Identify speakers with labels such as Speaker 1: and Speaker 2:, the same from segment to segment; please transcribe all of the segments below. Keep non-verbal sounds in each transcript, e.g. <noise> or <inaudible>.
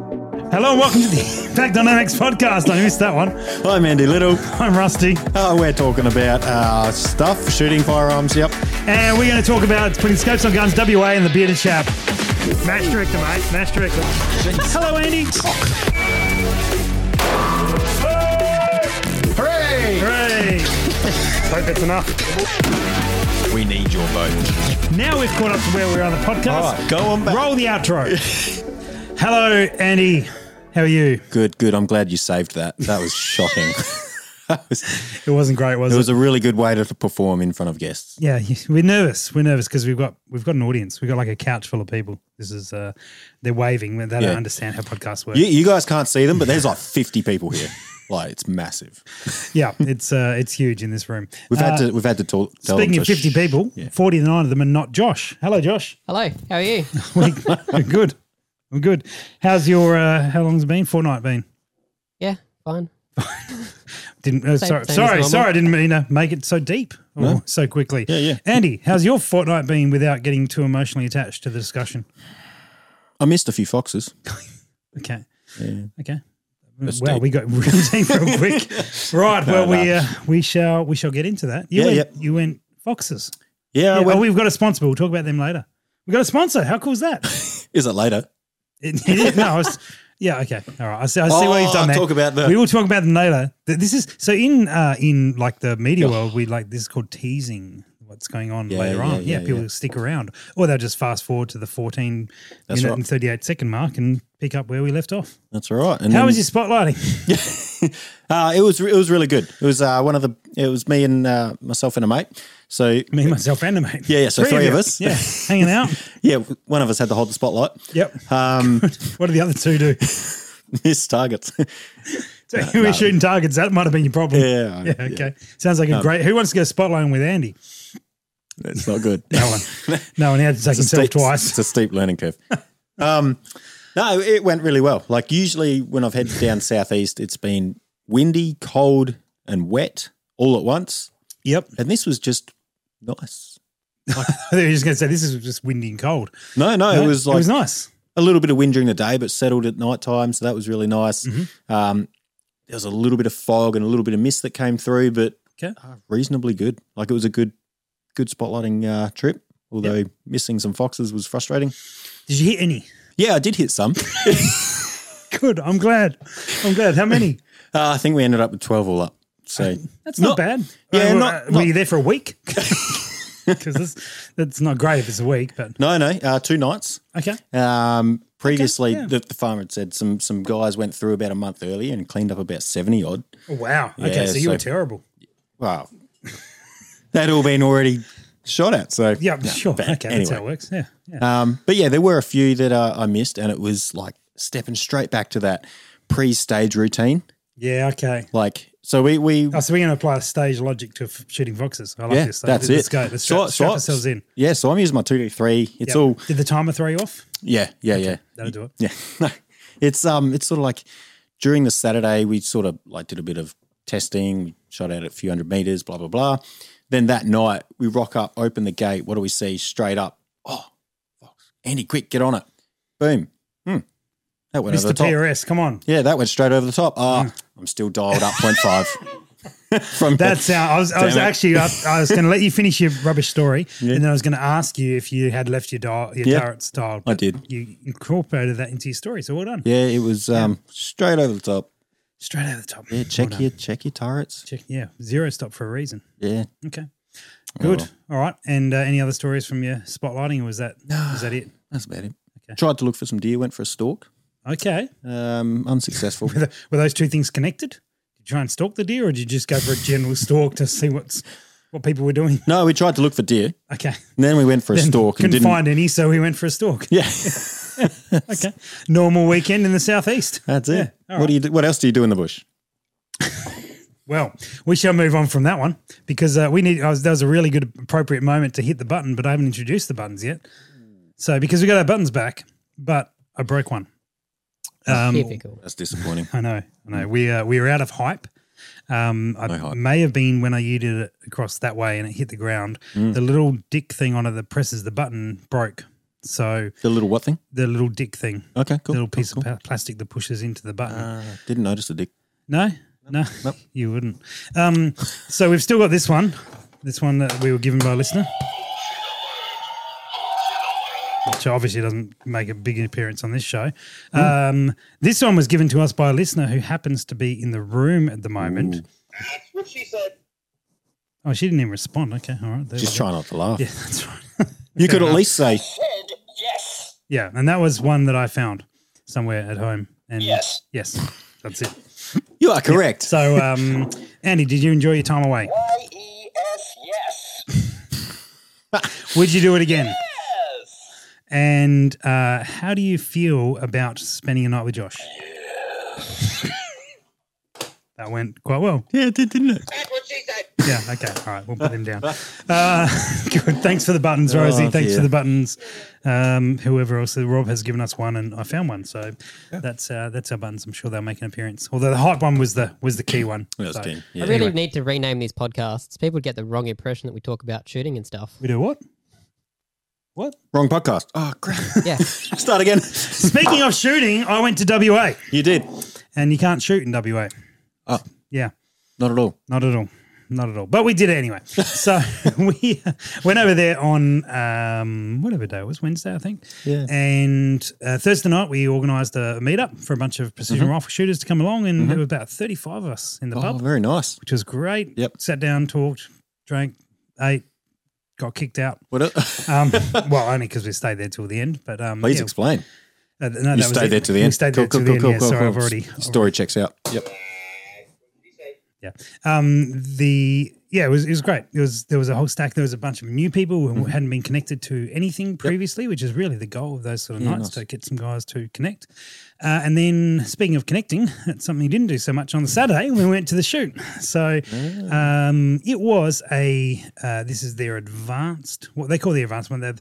Speaker 1: Hello and welcome to the Impact Dynamics podcast. I missed that one.
Speaker 2: I'm Andy Little.
Speaker 1: I'm Rusty,
Speaker 2: Uh, we're talking about uh, stuff, shooting firearms. Yep.
Speaker 1: and we're going to talk about putting scopes on guns, WA, and the bearded chap. Match director, mate. Match director. Hello, Andy.
Speaker 2: Hooray!
Speaker 1: Hooray. Hope that's enough.
Speaker 3: We need your vote.
Speaker 1: Now we've caught up to where we are on the podcast.
Speaker 2: All right, go on back.
Speaker 1: Roll the outro. Hello, Andy. How are you?
Speaker 2: Good, good. I'm glad you saved that. That was shocking. That was-
Speaker 1: It wasn't great, was
Speaker 2: it
Speaker 1: it?
Speaker 2: was a really good way to perform in front of guests.
Speaker 1: yeah, <laughs> yes, we're nervous. We're nervous because we've got we've got an audience. We've got like a couch full of people. This is uh they're waving. They don't
Speaker 2: Yeah.
Speaker 1: understand how podcasts work.
Speaker 2: You, you guys can't see them, but there's like 50 people here. Like it's massive.
Speaker 1: Yeah, it's uh, it's huge in this room.
Speaker 2: We've
Speaker 1: Uh,
Speaker 2: had to we've had to talk. Tell
Speaker 1: Speaking
Speaker 2: them
Speaker 1: of
Speaker 2: to
Speaker 1: 50
Speaker 2: sh-
Speaker 1: people,
Speaker 2: Yeah.
Speaker 1: 49 of them are not Josh. Hello, Josh.
Speaker 4: Hello, how
Speaker 2: <laughs>
Speaker 4: are you?
Speaker 1: We're good. We're good. How's your, uh, how long's it been? Fortnight been?
Speaker 4: yeah, fine.
Speaker 1: Didn't, uh,
Speaker 4: Same-
Speaker 1: sorry,
Speaker 4: same as
Speaker 1: sorry,
Speaker 4: normal.
Speaker 1: sorry, I didn't mean to make it so deep or so quickly.
Speaker 2: Yeah, yeah.
Speaker 1: Andy, how's your fortnight been without getting too emotionally attached to the discussion?
Speaker 2: I missed a few foxes.
Speaker 1: Okay. Okay.
Speaker 2: That's
Speaker 1: wow,
Speaker 2: deep.
Speaker 1: we got
Speaker 2: <laughs>
Speaker 1: really deep real quick. Right, well, we
Speaker 2: no.
Speaker 1: uh, we shall we shall get into that. You
Speaker 2: Yeah, Uh,
Speaker 1: went,
Speaker 2: yep.
Speaker 1: you went foxes.
Speaker 2: Yeah,
Speaker 1: Yeah,
Speaker 2: I went-
Speaker 1: well, we've got a sponsor. We'll talk about them later. We've got a sponsor. How cool is
Speaker 2: <laughs>
Speaker 1: that?
Speaker 2: is it later?
Speaker 1: It, it is. No, I was, yeah, okay. All right. I see, I see what you've
Speaker 2: Oh,
Speaker 1: done there.
Speaker 2: talk about the-
Speaker 1: we will talk about them later. Th- This is so in uh, in like the media world, we like this is called teasing what's going on
Speaker 2: Yeah,
Speaker 1: later
Speaker 2: yeah,
Speaker 1: on. Yeah,
Speaker 2: yeah,
Speaker 1: people
Speaker 2: yeah.
Speaker 1: stick around. Or they'll just fast forward to the 14
Speaker 2: That's
Speaker 1: minute
Speaker 2: right.
Speaker 1: and 38 second mark and pick up where we left off.
Speaker 2: That's all right. And
Speaker 1: How
Speaker 2: then-
Speaker 1: was your spotlighting?
Speaker 2: Uh, it was it was really good. It was uh, one of the it was me and uh, myself and a mate. So
Speaker 1: Me, myself, and the mate.
Speaker 2: Yeah, yeah, so three of
Speaker 1: you.
Speaker 2: us.
Speaker 1: Yeah, hanging
Speaker 2: <laughs>
Speaker 1: out.
Speaker 2: yeah, one of us had to hold the spotlight.
Speaker 1: Yep.
Speaker 2: Um,
Speaker 1: What do the other two
Speaker 2: <laughs>
Speaker 1: do?
Speaker 2: missed targets.
Speaker 1: So you were shooting targets. That might have been your problem. Yeah.
Speaker 2: Yeah, yeah.
Speaker 1: Okay. Sounds like a great. Who wants to go spotlighting with
Speaker 2: <laughs>
Speaker 1: Andy?
Speaker 2: It's not good.
Speaker 1: No one. No one had to take himself
Speaker 2: steep,
Speaker 1: twice.
Speaker 2: It's a steep learning curve. Um, no, it went really well. Like usually when I've headed down southeast, it's been windy, cold, and wet all at once,
Speaker 1: <laughs> Yep. <laughs>
Speaker 2: and this was just nice.
Speaker 1: I thought you were just going to say this is just windy and cold.
Speaker 2: No, no,
Speaker 1: No,
Speaker 2: it was like
Speaker 1: it was nice.
Speaker 2: a little bit of wind during the day, but settled at night time, so that was really nice.
Speaker 1: Mm-hmm.
Speaker 2: Um, there was a little bit of fog and a little bit of mist that came through, but
Speaker 1: Okay.
Speaker 2: uh, reasonably good. Like it was a good, good spotlighting uh, trip. Although missing some foxes was frustrating.
Speaker 1: Did you hit any? <laughs>
Speaker 2: Yeah, I did hit some.
Speaker 1: Good. I'm glad. I'm glad. How
Speaker 2: <laughs>
Speaker 1: many?
Speaker 2: Uh, I think we ended up with twelve all up. So
Speaker 1: That's not,
Speaker 2: Not-
Speaker 1: bad.
Speaker 2: yeah,
Speaker 1: Uh,
Speaker 2: not-
Speaker 1: uh, were
Speaker 2: not-
Speaker 1: you there for a
Speaker 2: <laughs>
Speaker 1: week? <laughs> Because that's not great if it's a week. But
Speaker 2: no, no, uh, two nights.
Speaker 1: okay.
Speaker 2: Um, previously,
Speaker 1: yeah.
Speaker 2: the, the farmer had said some some guys went through about a month earlier and cleaned up about seventy odd.
Speaker 1: Oh, wow. okay.
Speaker 2: Yeah,
Speaker 1: So you were
Speaker 2: so-
Speaker 1: terrible.
Speaker 2: <laughs> Wow, that all been already shot at. So
Speaker 1: Yeah. sure.
Speaker 2: but
Speaker 1: okay. That's how it
Speaker 2: anyway.
Speaker 1: works. Yeah. Yeah.
Speaker 2: Um, but yeah, there were a few that uh, I missed, and it was like stepping straight back to that pre-stage routine.
Speaker 1: yeah okay.
Speaker 2: Like, so we we
Speaker 1: Oh, so we're going to apply stage logic to f- shooting foxes. I like
Speaker 2: yeah,
Speaker 1: this. So
Speaker 2: that's
Speaker 1: let's
Speaker 2: it.
Speaker 1: go. Let's
Speaker 2: So-
Speaker 1: strap,
Speaker 2: so
Speaker 1: strap
Speaker 2: I-
Speaker 1: ourselves in.
Speaker 2: Yeah, so I'm using my two D three. It's
Speaker 1: Yep.
Speaker 2: all
Speaker 1: Did the timer throw you off?
Speaker 2: yeah, yeah, yeah,
Speaker 1: That'll do it.
Speaker 2: yeah. <laughs> No, it's um, it's sort of like during the Saturday we sort of like did a bit of testing, shot out a few hundred meters, blah blah blah. Then that night we rock up, open the gate. What do we see? Straight up. Oh, fox! Andy, quick, get on it! Boom. Hmm. That went over the
Speaker 1: Mr.
Speaker 2: top.
Speaker 1: PRS, come on.
Speaker 2: Yeah, that went straight over the top. Ah, I'm still dialed up 0.5 <laughs> from
Speaker 1: That's how I was. I was
Speaker 2: Damn it.
Speaker 1: actually. I, I was going to let you finish your rubbish
Speaker 2: <laughs>
Speaker 1: story, and then I was going to ask you if you had left your dial, your
Speaker 2: Yeah.
Speaker 1: turret style.
Speaker 2: I did.
Speaker 1: You incorporated that into your story, so well done.
Speaker 2: Yeah, it was um, straight over the top.
Speaker 1: Straight out of the top.
Speaker 2: Yeah, check
Speaker 1: done.
Speaker 2: your check your turrets.
Speaker 1: Check. Yeah, zero stop for a reason.
Speaker 2: Yeah,
Speaker 1: Okay, good. All right. And uh, any other stories from your spotlighting? Or was
Speaker 2: <sighs>
Speaker 1: that was that it?
Speaker 2: that's about it. Tried to look for some deer, went for a stalk.
Speaker 1: Okay.
Speaker 2: Um,
Speaker 1: <laughs>
Speaker 2: unsuccessful.
Speaker 1: Were, th- were those two things connected? Did you try and stalk the deer, or did you just go for a general stalk to see what's what people were doing? <laughs>
Speaker 2: no, we tried to look for deer,
Speaker 1: Okay.
Speaker 2: and then we went for a stalk and
Speaker 1: Couldn't
Speaker 2: didn't.
Speaker 1: find any, so we went for a stalk.
Speaker 2: yeah,
Speaker 1: <laughs> Okay. Normal weekend in the southeast.
Speaker 2: that's it. What do you? Do, what else do you do in the bush?
Speaker 1: Well, we shall move on from that one because uh, we need. I was, that was a really good appropriate moment to hit the button, but I haven't introduced the buttons yet. So because we got our buttons back, but I broke one. Um,
Speaker 4: Typical.
Speaker 2: That's
Speaker 1: <laughs>
Speaker 2: disappointing.
Speaker 1: I know, I know. We uh, we are out of hype. Um, I
Speaker 2: Mm. No hype.
Speaker 1: may have been when I yeeted
Speaker 2: Mm.
Speaker 1: it across that way and it hit the ground. The little dick thing on it that presses the button broke. So
Speaker 2: The little what thing?
Speaker 1: the little dick thing, the
Speaker 2: Okay, Oh, cool.
Speaker 1: little
Speaker 2: cool,
Speaker 1: piece
Speaker 2: cool.
Speaker 1: of pa- plastic that pushes into the button.
Speaker 2: Uh, didn't notice the dick.
Speaker 1: No, no, <laughs> you wouldn't. Um, so we've still got this one, this one that we were given by a listener, which obviously doesn't make a big appearance on this show.
Speaker 2: Hmm.
Speaker 1: Um, this one was given to us by a listener who happens to be in the room at the moment.
Speaker 5: That's what she said.
Speaker 1: Oh, she didn't even respond. Okay, all right. there
Speaker 2: Just
Speaker 1: we go.
Speaker 2: try not to laugh.
Speaker 1: Yeah, <laughs> that's right.
Speaker 2: You could at least say,
Speaker 5: Said yes.
Speaker 1: yeah, and that was one that I found somewhere at home. And
Speaker 5: Yes.
Speaker 1: yes, that's it.
Speaker 2: you are correct.
Speaker 1: So, um, Andy, did you enjoy your time away?
Speaker 5: Y E S yes.
Speaker 1: Would you do it again?
Speaker 5: Yes.
Speaker 1: And uh, how do you feel about spending a night with Josh? that went quite well.
Speaker 2: yeah, it did, didn't it?
Speaker 5: That's what she said.
Speaker 1: Yeah. Okay. All right. We'll put him down. Uh, <laughs> good. Thanks for the buttons, Rosie.
Speaker 2: Oh,
Speaker 1: Thanks
Speaker 2: dear.
Speaker 1: for the buttons. Um, whoever else, Rob has given us one, and I found one. So that's uh, that's our buttons. I'm sure they'll make an appearance. Although the hot one was the was the key one.
Speaker 2: That was
Speaker 1: So-
Speaker 2: keen,
Speaker 4: I
Speaker 2: Yeah.
Speaker 4: really
Speaker 1: Anyway.
Speaker 4: need to rename these podcasts. People would get the wrong impression that we talk about shooting and stuff.
Speaker 1: We do what? What?
Speaker 2: Wrong podcast. Oh, crap. <laughs>
Speaker 4: Yeah.
Speaker 2: Start again.
Speaker 1: Speaking of shooting, I went to WA,
Speaker 2: You did.
Speaker 1: and you can't shoot in WA.
Speaker 2: Oh.
Speaker 1: Yeah.
Speaker 2: Not at all.
Speaker 1: Not at all. Not at all. But we did it
Speaker 2: <laughs>
Speaker 1: anyway. So <laughs> we uh, went over there on um, whatever day it was, Wednesday, I think.
Speaker 2: Yeah.
Speaker 1: And uh, Thursday night, we organised a meetup for a bunch of precision rifle shooters to come along. And there were about 35 of us in the
Speaker 2: Mm-hmm. Oh,
Speaker 1: pub,
Speaker 2: very nice.
Speaker 1: which was great.
Speaker 2: Yep.
Speaker 1: Sat down, talked, drank, ate, got kicked out.
Speaker 2: What? a-
Speaker 1: Um, well, only because we stayed there till the end. But um,
Speaker 2: <laughs> Please
Speaker 1: yeah,
Speaker 2: explain.
Speaker 1: uh, no, that
Speaker 2: You
Speaker 1: was
Speaker 2: stayed
Speaker 1: it.
Speaker 2: there to the
Speaker 1: We
Speaker 2: end.
Speaker 1: stayed there till the end. yeah, sorry, I've already
Speaker 2: Story checks out. Yep.
Speaker 1: Yeah. Um, the yeah, it was it was great. It was there was a whole stack. There was a bunch of new people who hadn't been connected to anything previously, which is really the goal of those sort of nights to get some guys to connect. Uh, and then speaking of connecting, <laughs> that's something you didn't do so much on the Saturday. We went to the shoot. So um, it was a uh, this is their advanced what they call the advanced one. They've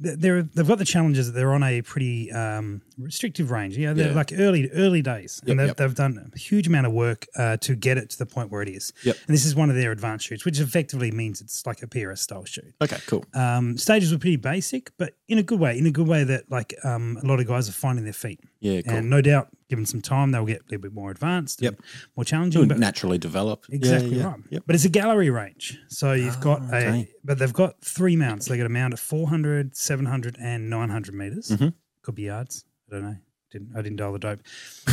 Speaker 1: they're, they've got the challenges that they're on a pretty um, restrictive range. Yeah, they're
Speaker 2: Yeah.
Speaker 1: like early early days, and
Speaker 2: Yep,
Speaker 1: they've,
Speaker 2: yep.
Speaker 1: they've done a huge amount of work uh, to get it to the point where it is.
Speaker 2: Yep.
Speaker 1: And this is one of their advanced shoots, which effectively means it's like a PRS style shoot.
Speaker 2: Okay, cool.
Speaker 1: Um, stages were pretty basic, but in a good way. In a good way that like um, a lot of guys are finding their feet,
Speaker 2: Yeah, cool.
Speaker 1: and no doubt, given some time, they'll get a little bit more advanced,
Speaker 2: Yep.
Speaker 1: and more challenging.
Speaker 2: You'll
Speaker 1: but
Speaker 2: naturally develop. Yeah,
Speaker 1: Exactly
Speaker 2: yeah,
Speaker 1: right.
Speaker 2: Yep. Ah,
Speaker 1: But it's a gallery range. So you've got a,
Speaker 2: okay.
Speaker 1: but they've got three mounts. They've got a mount at 400, 700, and 900 meters.
Speaker 2: Mm-hmm.
Speaker 1: Could be yards. I don't know. Didn't, I didn't dial the dope.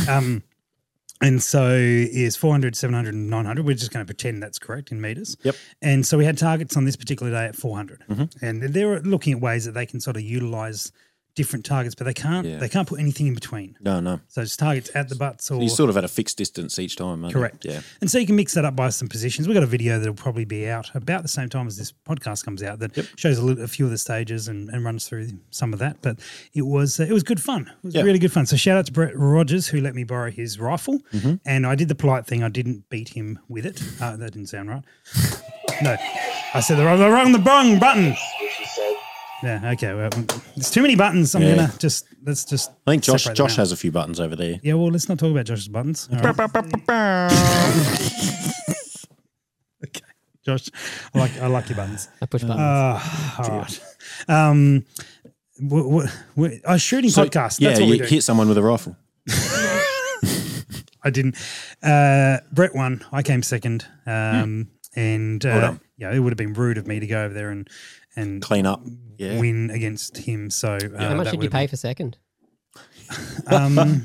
Speaker 1: Um, <laughs> and so is 400, 700, and 900. We're just going to pretend that's correct in meters.
Speaker 2: Yep. Mm-hmm.
Speaker 1: And so we had targets on this particular day at 400. And they're looking at ways that they can sort of utilize different targets, but they can't,
Speaker 2: Yeah.
Speaker 1: they can't put anything in between.
Speaker 2: No, no.
Speaker 1: So it's targets at the butts or
Speaker 2: You sort of at a fixed distance each time, aren't you?
Speaker 1: Correct.
Speaker 2: Yeah.
Speaker 1: And so you can mix that up by some positions. We've got a video that'll probably be out about the same time as this podcast comes out that shows a, little, a few of the stages and, and runs through some of that. But it was uh, it was good fun. It was
Speaker 2: Yeah.
Speaker 1: really good fun. So shout out to Brett Rogers who let me borrow his rifle,
Speaker 2: Mm-hmm.
Speaker 1: and I did the polite thing. I didn't beat him with it. Uh, that didn't sound right. <laughs> No, I said the wrong the wrong the wrong button. Yeah. Okay. Well, it's too many buttons. I'm
Speaker 2: Yeah.
Speaker 1: gonna just let's just.
Speaker 2: I think Josh
Speaker 1: separate them
Speaker 2: Josh
Speaker 1: out.
Speaker 2: has a few buttons over there.
Speaker 1: Yeah, well, let's not talk about Josh's buttons. All right. <laughs> okay, Josh, I like I like your buttons.
Speaker 4: I push buttons.
Speaker 1: Uh, all right. Um, we're, we we- a oh, shooting
Speaker 2: So,
Speaker 1: podcast.
Speaker 2: Yeah,
Speaker 1: That's what
Speaker 2: you
Speaker 1: we do.
Speaker 2: hit someone with a rifle.
Speaker 1: I didn't. Uh, Brett won. I came second. Um, and uh,
Speaker 2: done.
Speaker 1: yeah, it would have been rude of me to go over there and and
Speaker 2: Clean up. Yeah.
Speaker 1: win against him. So uh,
Speaker 4: How much
Speaker 1: that
Speaker 4: did
Speaker 1: would
Speaker 4: you
Speaker 1: have
Speaker 4: pay for second?
Speaker 1: Um,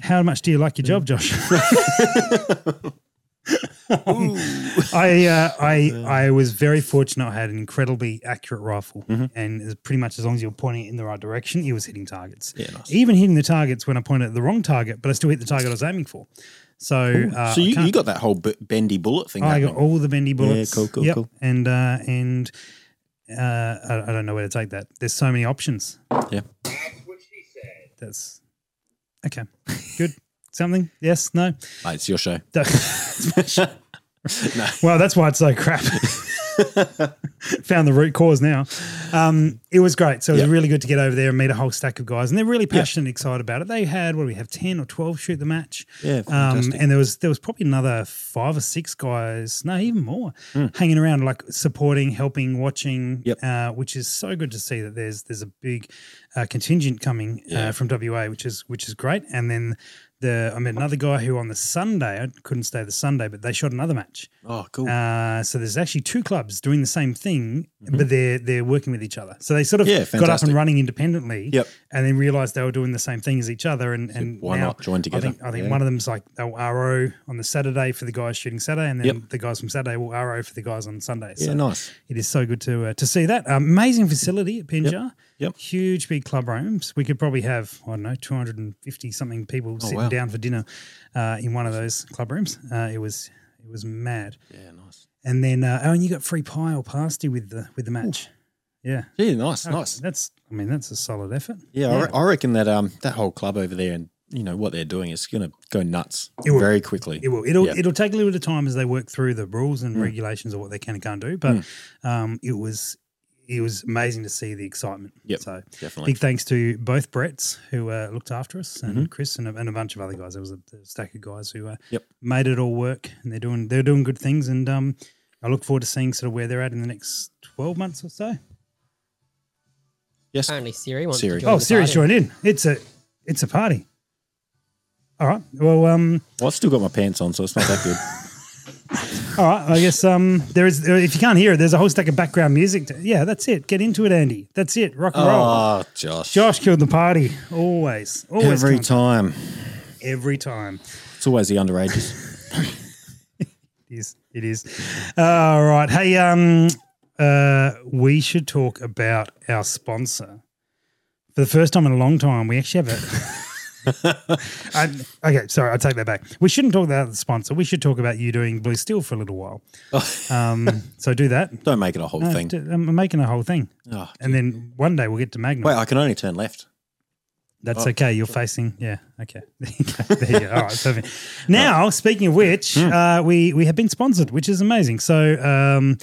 Speaker 1: how much do you like your job, Josh? Um, I
Speaker 2: <laughs>
Speaker 1: uh, I I was very fortunate. I had an incredibly accurate rifle,
Speaker 2: Mm-hmm.
Speaker 1: and as pretty much as long as you were pointing it in the right direction, it was hitting targets.
Speaker 2: Yeah, nice.
Speaker 1: Even hitting the targets when I pointed at the wrong target, but I still hit the target I was aiming for. So, uh,
Speaker 2: so
Speaker 1: I
Speaker 2: you,
Speaker 1: can't-
Speaker 2: you got that whole b- bendy bullet thing.
Speaker 1: I
Speaker 2: happening.
Speaker 1: got all the bendy bullets.
Speaker 2: cool, cool,
Speaker 1: Yep.
Speaker 2: cool.
Speaker 1: And uh, and uh, I, I don't know where to take that. There's so many options.
Speaker 2: Yeah.
Speaker 5: That's what she said.
Speaker 1: That's okay. Good. Something? Yes? No? <laughs>
Speaker 2: Mate, it's your show.
Speaker 1: Don't- well, that's why it's so crap. <laughs> found the root cause now. Um, it was great. So it was
Speaker 2: Yeah.
Speaker 1: really good to get over there and meet a whole stack of guys, and they're really passionate and excited about it. They had what do we have ten or twelve shoot the match.
Speaker 2: Yeah,
Speaker 1: um,
Speaker 2: fantastic.
Speaker 1: and there was there was probably another five or six guys, no, even more, hanging around, like supporting, helping, watching.
Speaker 2: Hmm. Yep.
Speaker 1: Uh, which is so good to see that there's there's a big uh, contingent coming uh, from WA, which is which is great. And then. The, I met another guy who on the Sunday I couldn't stay the Sunday, but they shot another match.
Speaker 2: Oh, cool.
Speaker 1: Uh, so there's actually two clubs doing the same thing, but they're they're working with each other. So they sort of
Speaker 2: Mm-hmm. Yeah,
Speaker 1: got up and
Speaker 2: fantastic.
Speaker 1: running independently,
Speaker 2: Yep.
Speaker 1: and then realised they were doing the same thing as each other. And and
Speaker 2: why
Speaker 1: now
Speaker 2: not join together?
Speaker 1: I think, I think
Speaker 2: Yeah.
Speaker 1: one of them's like they'll RO on the Saturday for the guys shooting Saturday, and then
Speaker 2: Yep.
Speaker 1: the guys from Saturday will RO for the guys on Sunday.
Speaker 2: yeah,
Speaker 1: so
Speaker 2: nice.
Speaker 1: it is so good to uh, to see that amazing facility at Pinjar.
Speaker 2: Yep.
Speaker 1: Huge big club rooms. We could probably have I don't know 250 something people sitting
Speaker 2: Oh, wow.
Speaker 1: down for dinner uh, in one of those club rooms. Uh, it was it was mad.
Speaker 2: Yeah, nice.
Speaker 1: And then uh, oh, and you got free pie or pasty with the with the match. Yeah,
Speaker 2: Yeah, nice,
Speaker 1: Oh,
Speaker 2: nice.
Speaker 1: That's I mean that's a solid effort.
Speaker 2: Yeah, I, re- I reckon that um that whole club over there and you know what they're doing is going to go nuts
Speaker 1: It will.
Speaker 2: very quickly.
Speaker 1: It will. It'll
Speaker 2: Yeah. Mm.
Speaker 1: it'll take a little bit of time as they work through the rules and regulations of what they can and can't do. But um, it was it was amazing to see the excitement.
Speaker 2: Yep,
Speaker 1: So
Speaker 2: definitely. Mm-hmm.
Speaker 1: big thanks to both Bretts who uh, looked after us and Chris and a, and a bunch of other guys. There was a, a stack of guys who uh,
Speaker 2: Yep.
Speaker 1: made it all work, and they're doing they're doing good things. And um, I look forward to seeing sort of where they're at in the next twelve months or so.
Speaker 2: Yes.
Speaker 4: Apparently Siri wants
Speaker 2: Siri.
Speaker 4: to join
Speaker 1: Oh,
Speaker 4: the
Speaker 1: Siri's
Speaker 4: party.
Speaker 1: joined in. It's a it's a party. All right. Well, um,
Speaker 2: Well, I've still got my pants on, so it's not
Speaker 1: <laughs>
Speaker 2: that good.
Speaker 1: all right. I guess um, there is. If you can't hear it, there's a whole stack of background music. To, yeah, that's it. Get into it, Andy. That's it. Rock and roll.
Speaker 2: oh, Josh.
Speaker 1: Josh killed the party. Always, always,
Speaker 2: Every
Speaker 1: killing-
Speaker 2: time.
Speaker 1: every time.
Speaker 2: It's always the underages.
Speaker 1: It is. It is. All right. Hey, um, uh, we should talk about our sponsor. For the first time in a long time, we actually have a. I, okay, sorry, I take that back. We shouldn't talk about the sponsor. We should talk about you doing Blue Steel for a little while. Um, so do that.
Speaker 2: Don't make it a whole
Speaker 1: No,
Speaker 2: thing.
Speaker 1: do- I'm making a whole thing,
Speaker 2: Oh,
Speaker 1: and then one day we'll get to Magnum.
Speaker 2: wait, I can only turn left.
Speaker 1: That's
Speaker 2: Oh,
Speaker 1: okay. You're facing, yeah. Okay, <laughs> there you go. There you go. All right,
Speaker 2: <laughs>
Speaker 1: perfect. Now, speaking of which, uh, we we have been sponsored, which is amazing. So um,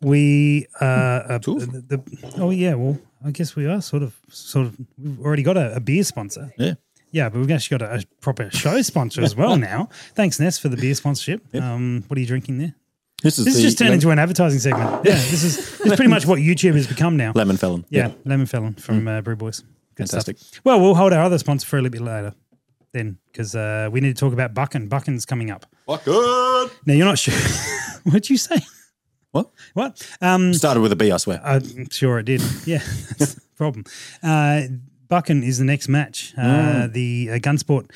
Speaker 1: we uh, uh,
Speaker 2: Two of
Speaker 1: the, the- oh yeah, well, I guess we are sort of sort of we've already got a, a beer sponsor.
Speaker 2: Yeah.
Speaker 1: Yeah, but we've actually got a, a proper show sponsor as
Speaker 2: <laughs>
Speaker 1: well now. Thanks, Ness, for the beer sponsorship. Um, what are you drinking there?
Speaker 2: This is
Speaker 1: This
Speaker 2: the
Speaker 1: has just turned
Speaker 2: lem-
Speaker 1: into an advertising
Speaker 2: <laughs>
Speaker 1: segment. Yeah, this is this is pretty much what YouTube has become now.
Speaker 2: lemon felon.
Speaker 1: Yeah, Lemon Felon from uh, Brew Boys. Good
Speaker 2: Mm. Fantastic.
Speaker 1: Stuff. Well, we'll hold our other sponsor for a little bit later then because uh, we need to talk about Buckin. Buckin's coming up.
Speaker 2: Good.
Speaker 1: Now, you're not sure. <laughs> What'd you say?
Speaker 2: What?
Speaker 1: What? Um,
Speaker 2: Started with a B, I swear.
Speaker 1: I'm sure it did. Yeah, <laughs> that's the problem. Uh, Buckin is the next match. Uh, The uh, Gunsport,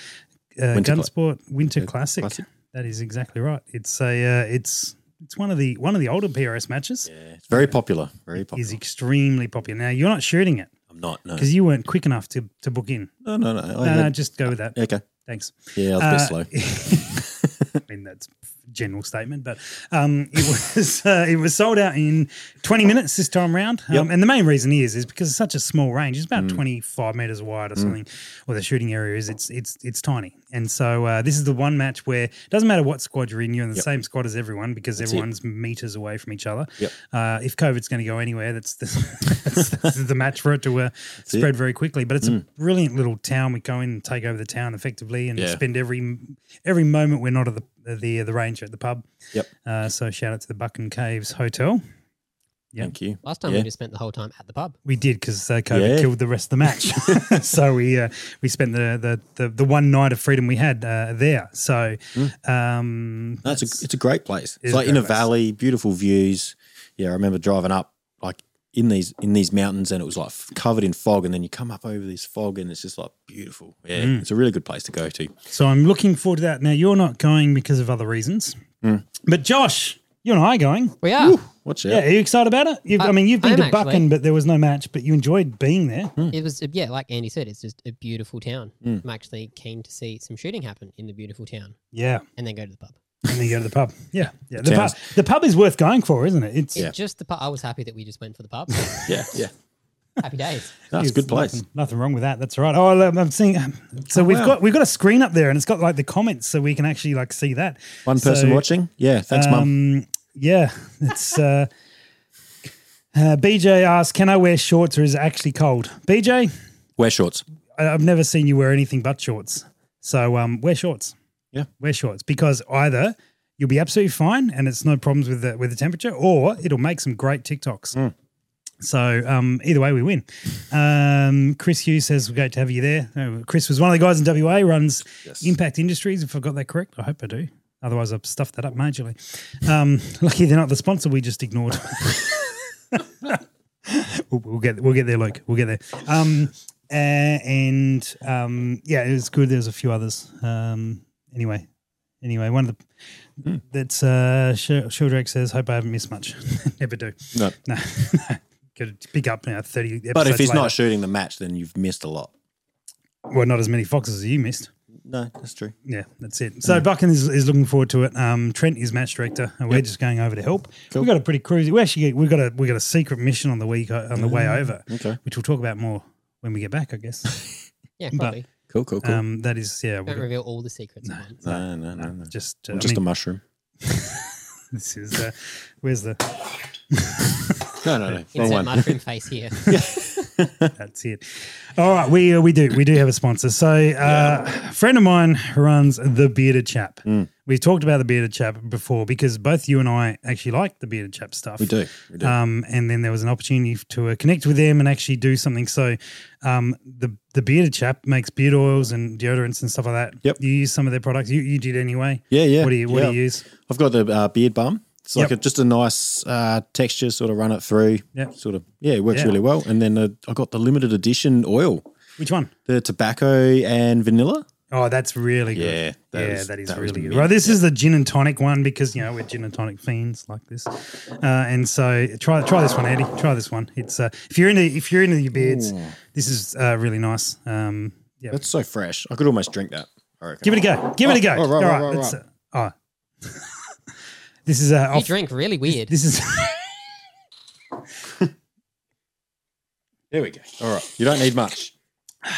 Speaker 1: uh,
Speaker 2: Mm. Winter Cla-
Speaker 1: Gunsport Winter Classic.
Speaker 2: Classic.
Speaker 1: That is exactly right. It's a uh, it's it's one of the one of the older PRS matches.
Speaker 2: it's very popular. Very popular.
Speaker 1: Is extremely popular. Now you're not shooting it
Speaker 2: I'm not. No.
Speaker 1: because you weren't quick enough to to book in.
Speaker 2: No, no, no. I
Speaker 1: No, no,
Speaker 2: had-
Speaker 1: Uh, just go with that.
Speaker 2: okay.
Speaker 1: Thanks.
Speaker 2: Yeah, I was Uh, a bit
Speaker 1: Uh,
Speaker 2: slow.
Speaker 1: <laughs> I mean, that's a general statement, but um, it <laughs> was uh, it was sold out in 20 minutes this time round. Um,
Speaker 2: Yep. Mm.
Speaker 1: And the main reason is is because it's such a small range. It's about 25 meters wide or something, or the shooting area is. It's it's it's tiny. And so uh, this is the one match where it doesn't matter what squad you're in, you're in the same squad as everyone because
Speaker 2: it.
Speaker 1: everyone's meters away from each other.
Speaker 2: Yep.
Speaker 1: Uh, if COVID's going to go anywhere, that's the, <laughs> that's, that's the match for it to uh,
Speaker 2: it. Mm.
Speaker 1: spread very quickly. But it's a brilliant little town. We go in and take over the town effectively, and
Speaker 2: Yeah.
Speaker 1: spend every every moment we're not at the the the range at the pub.
Speaker 2: Yep.
Speaker 1: Uh, so shout out to the Bucken Caves Hotel. Yeah.
Speaker 2: Thank you.
Speaker 4: Last time
Speaker 2: Yeah.
Speaker 4: we just spent the whole time at the pub.
Speaker 1: We did because uh, COVID
Speaker 2: Yeah.
Speaker 1: killed the rest of the match,
Speaker 2: <laughs>
Speaker 1: <laughs> so we uh, we spent the, the the the one night of freedom we had uh, there. So um,
Speaker 2: No, it's, Hmm. a, it's a great place.
Speaker 1: is
Speaker 2: It's
Speaker 1: a
Speaker 2: like in
Speaker 1: great
Speaker 2: a
Speaker 1: place.
Speaker 2: valley, beautiful views. Yeah, I remember driving up like in these in these mountains, and it was like f- covered in fog, and then you come up over this fog, and it's just like beautiful. Yeah,
Speaker 1: Mm.
Speaker 2: it's a really good place to go to.
Speaker 1: so I'm looking forward to that. Now you're not going because of other reasons,
Speaker 2: Hmm.
Speaker 1: but Josh, you and I are going.
Speaker 4: We are.
Speaker 2: Watch
Speaker 1: Yeah,
Speaker 2: out!
Speaker 1: are you excited about it? You've, I,
Speaker 4: I-
Speaker 1: mean, you've
Speaker 4: I
Speaker 1: been to
Speaker 4: am actually.
Speaker 1: Bucken, but there was no match. But you enjoyed being there.
Speaker 2: Hmm.
Speaker 4: It was yeah, like Andy said, it's just a beautiful town. I'm actually keen to see some shooting happen in the beautiful town,
Speaker 1: Yeah,
Speaker 4: and then go to the pub.
Speaker 1: and then you go to the pub. Yeah, yeah. The,
Speaker 2: Sounds-
Speaker 1: pub, the pub is worth going for, isn't it? It's
Speaker 4: It's just the pub. I was happy that we just went for
Speaker 2: <laughs>
Speaker 4: the pub.
Speaker 2: Yeah,
Speaker 1: <laughs>
Speaker 2: yeah.
Speaker 4: happy days.
Speaker 2: That's a good place. Oh,
Speaker 1: Nothing, nothing wrong with that. That's right. Oh, I'm, I'm seeing. um, So we've
Speaker 2: wow.
Speaker 1: got we've got a screen up there, and it's got like the comments, so we can actually like see that.
Speaker 2: One person
Speaker 1: So,
Speaker 2: watching. Yeah, thanks, mum.
Speaker 1: Um, yeah, it's. uh <laughs> Uh, BJ asks, "Can I wear shorts or is it actually cold?" BJ,
Speaker 2: Wear shorts.
Speaker 1: I- I've never seen you wear anything but shorts. So um, wear shorts.
Speaker 2: Yeah.
Speaker 1: wear shorts because either you'll be absolutely fine and it's no problems with the with the temperature, or it'll make some great TikToks. So um, either way, we win. Um, Chris Hughes says, "Great to have you there." Uh, Chris was one of the guys in WA runs Impact Industries. If I got that correct, I hope I do. Otherwise, I've stuffed that up majorly. Um, <laughs> lucky they're not the sponsor we just ignored. <laughs> we'll, we'll get we'll get there, Luke. We'll get there. Um, uh, and um, yeah, it was good. There's a few others. Um, anyway, anyway, one of the that's uh, Sh- Sheldrake says. Hope I haven't missed much. <laughs> Never do.
Speaker 2: No.
Speaker 1: no. <laughs> Could pick up now thirty. Episodes
Speaker 2: But if he's
Speaker 1: later.
Speaker 2: not shooting the match, then you've missed a lot.
Speaker 1: well, not as many foxes as you missed.
Speaker 2: No, that's true.
Speaker 1: Yeah, that's it. So Buchan is, is looking forward to it. Um, Trent is match director, and we're just going over to help. We've got a pretty cruisy. We actually we got a we got a secret mission on the week o- on the way over,
Speaker 2: Okay.
Speaker 1: which we'll talk about more when we get back, I guess.
Speaker 4: Yeah,
Speaker 1: But-
Speaker 4: probably.
Speaker 2: Cool, cool, cool.
Speaker 1: um, that is yeah, we've
Speaker 4: Don't
Speaker 1: got-
Speaker 4: reveal all the secrets at once.
Speaker 2: no, no, no, no.
Speaker 1: just uh,
Speaker 2: I'm
Speaker 1: I
Speaker 2: just a
Speaker 1: mean,
Speaker 2: mushroom.
Speaker 1: <laughs> this is uh, where's the
Speaker 2: No, no, no. Wrong
Speaker 4: Insert
Speaker 2: one.
Speaker 4: mushroom
Speaker 2: <laughs>
Speaker 4: face here.
Speaker 1: That's it. All right, we uh, we do we do have a sponsor. So uh, a friend of mine runs the Bearded Chap. We've talked about the Bearded Chap before because both you and I actually like the Bearded Chap stuff.
Speaker 2: We do. We do.
Speaker 1: Um, and then there was an opportunity to uh, connect with them and actually do something. So, um, the the bearded chap makes beard oils and deodorants and stuff like that.
Speaker 2: Yep.
Speaker 1: You use some of their products. You, you did anyway.
Speaker 2: Yeah, yeah,
Speaker 1: What do you What
Speaker 2: yeah.
Speaker 1: do you use?
Speaker 2: I've got the uh, beard balm. It's like
Speaker 1: Yep.
Speaker 2: a, just a nice uh, texture, sort of run it through.
Speaker 1: Yep.
Speaker 2: Sort of, yeah, it works
Speaker 1: Yeah.
Speaker 2: really well. And then uh, I got the limited edition oil,
Speaker 1: Which one?
Speaker 2: the tobacco and vanilla.
Speaker 1: Oh, that's really good.
Speaker 2: Yeah, that
Speaker 1: yeah,
Speaker 2: was-
Speaker 1: that is
Speaker 2: that was
Speaker 1: really good.
Speaker 2: mint.
Speaker 1: Right, this is the gin and tonic one because you know we're gin and tonic fiends like this, uh, and so try try this one, Andy. Try this one. It's uh, if you're into if you're into your beards, this is uh, really nice. Um, yeah,
Speaker 2: That's so fresh. I could almost drink that. I reckon.
Speaker 1: give it a go. Give it a go.
Speaker 2: Oh, right,
Speaker 1: All
Speaker 2: right,
Speaker 1: right,
Speaker 2: right,
Speaker 1: let's,
Speaker 2: right.
Speaker 1: uh, oh. <laughs> this is uh,
Speaker 4: you
Speaker 1: off,
Speaker 4: drink really weird.
Speaker 1: this is <laughs>
Speaker 2: There we go. All right. You don't need much.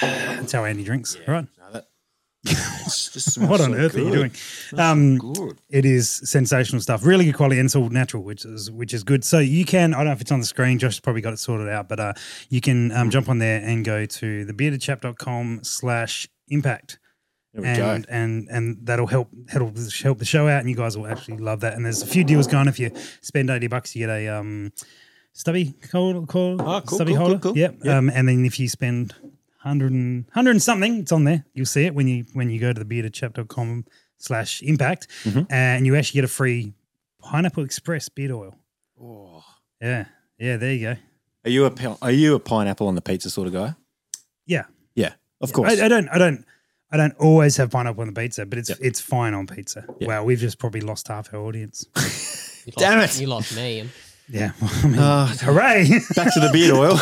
Speaker 1: that's how Andy drinks. Right.
Speaker 2: No, that, <laughs> It's just smells
Speaker 1: What on
Speaker 2: so
Speaker 1: earth are you
Speaker 2: good.
Speaker 1: doing? Um,
Speaker 2: Good.
Speaker 1: It is sensational stuff. Really good quality and it's all natural, which is which is good. So you can, I don't know if it's on the screen, Josh has probably got it sorted out, but uh, you can um, jump on there and go to thebeardedchap.com slash impact.
Speaker 2: There we
Speaker 1: And,
Speaker 2: go.
Speaker 1: and and that'll help that'll help the show out and you guys will actually love that. And there's a few deals going. If you spend eighty bucks, you get a um stubby call, call
Speaker 2: Ah, cool,
Speaker 1: stubby
Speaker 2: cool, cool,
Speaker 1: holder.
Speaker 2: cool.
Speaker 1: Yep.
Speaker 2: Yep.
Speaker 1: Um, and then if you spend 100 and, 100 and something, it's on there. You'll see it when you when you go to thebeardedchap.com slash impact
Speaker 2: Mm-hmm.
Speaker 1: and you actually get a free pineapple express beard oil. Yeah. Yeah, there you go.
Speaker 2: Oh. Are you a pi- are you a pineapple on the pizza sort of guy?
Speaker 1: Yeah.
Speaker 2: Yeah, of course.
Speaker 1: I, I don't I don't I don't always have pineapple on the pizza, but it's
Speaker 2: Yep.
Speaker 1: it's fine on pizza.
Speaker 2: Yep.
Speaker 1: Wow, we've just probably lost half our audience.
Speaker 4: You
Speaker 2: Damn
Speaker 4: lost-
Speaker 2: it.
Speaker 4: You lost me. and-
Speaker 2: <laughs>
Speaker 1: Yeah. Well, I mean,
Speaker 2: Ah,
Speaker 1: Uh, hooray. <laughs>
Speaker 2: back to the beard oil.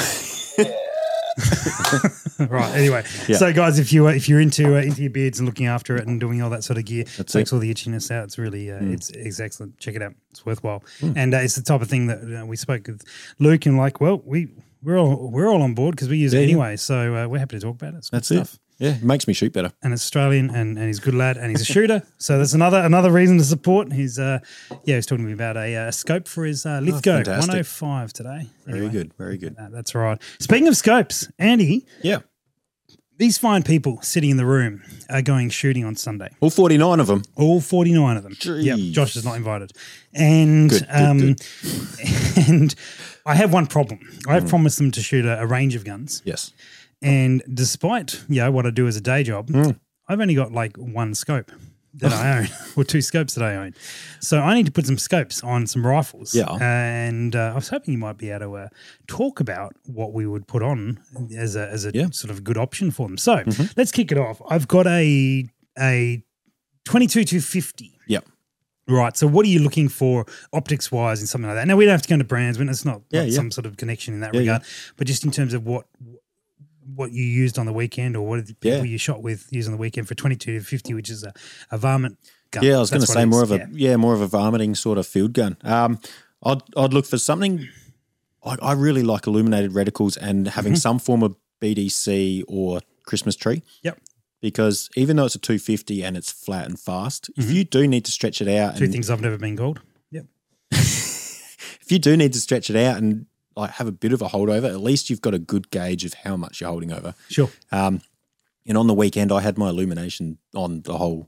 Speaker 1: right. Anyway,
Speaker 2: Yeah.
Speaker 1: so guys, if you uh, if you're into uh, into your beards and looking after it and doing all that sort of gear,
Speaker 2: That's
Speaker 1: takes
Speaker 2: it. Mm.
Speaker 1: all the itchiness out. It's really uh, it's it's excellent. Check it out. It's worthwhile, and uh, it's the type of thing that uh, we spoke with Luke and like, well, we we're all we're all on board because we use it
Speaker 2: Yeah, yeah.
Speaker 1: anyway. So uh, we're happy to talk about it. It's good
Speaker 2: That's
Speaker 1: stuff.
Speaker 2: it. Yeah, it makes me shoot better.
Speaker 1: And it's Australian, and, and he's a good lad, and he's a shooter. <laughs> so that's another another reason to support. He's uh yeah, he's talking to me about a uh, scope for his uh, Lithgo
Speaker 2: Oh, fantastic.
Speaker 1: 105 today.
Speaker 2: Very good. Very good.
Speaker 1: Uh, that's right. Speaking of scopes, Andy,
Speaker 2: Yeah.
Speaker 1: these fine people sitting in the room are going shooting on Sunday.
Speaker 2: All 49 of them.
Speaker 1: All 49 of them. Yeah,
Speaker 2: Jeez.
Speaker 1: Josh is not invited. And
Speaker 2: Good, good,
Speaker 1: um,
Speaker 2: good.
Speaker 1: <laughs> and I have one problem. I have promised them to shoot a, a range of guns.
Speaker 2: Yes.
Speaker 1: And despite, you know, what I do as a day job,
Speaker 2: Mm.
Speaker 1: I've only got like one scope
Speaker 2: <laughs>
Speaker 1: that I own or two scopes that I own. So I need to put some scopes on some rifles.
Speaker 2: Yeah.
Speaker 1: And uh, I was hoping you might be able to uh, talk about what we would put on as a, as a
Speaker 2: Yeah. Mm-hmm.
Speaker 1: sort of good option for them. So let's kick it off. I've got a, a 22 250.
Speaker 2: Yep.
Speaker 1: Right. So, what are you looking for optics wise and something like that? Now, we don't have to go into brands, when it's not,
Speaker 2: Yeah,
Speaker 1: not
Speaker 2: yeah.
Speaker 1: some sort of connection in that
Speaker 2: Yeah, yeah.
Speaker 1: regard, but just in terms of what what you used on the weekend or what the
Speaker 2: Yeah.
Speaker 1: people you shot with used on the weekend for 22 to 50, which is a, a varmint gun.
Speaker 2: Yeah, I was going to
Speaker 1: That's what
Speaker 2: say
Speaker 1: it
Speaker 2: more
Speaker 1: is,
Speaker 2: of a yeah. more of a vomiting sort of field gun. Um, I'd I'd look for something. I, I really like illuminated reticles and having
Speaker 1: Mm-hmm.
Speaker 2: some form of BDC or Christmas tree.
Speaker 1: Yep.
Speaker 2: Because even though it's a 250 and it's flat and fast, if you do need to stretch it out,
Speaker 1: Mm-hmm. Two
Speaker 2: and
Speaker 1: things I've never been called. Yep.
Speaker 2: if you do need to stretch it out and like have a bit of a holdover, at least you've got a good gauge of how much you're holding over.
Speaker 1: Sure.
Speaker 2: Um, and on the weekend, I had my illumination on the whole,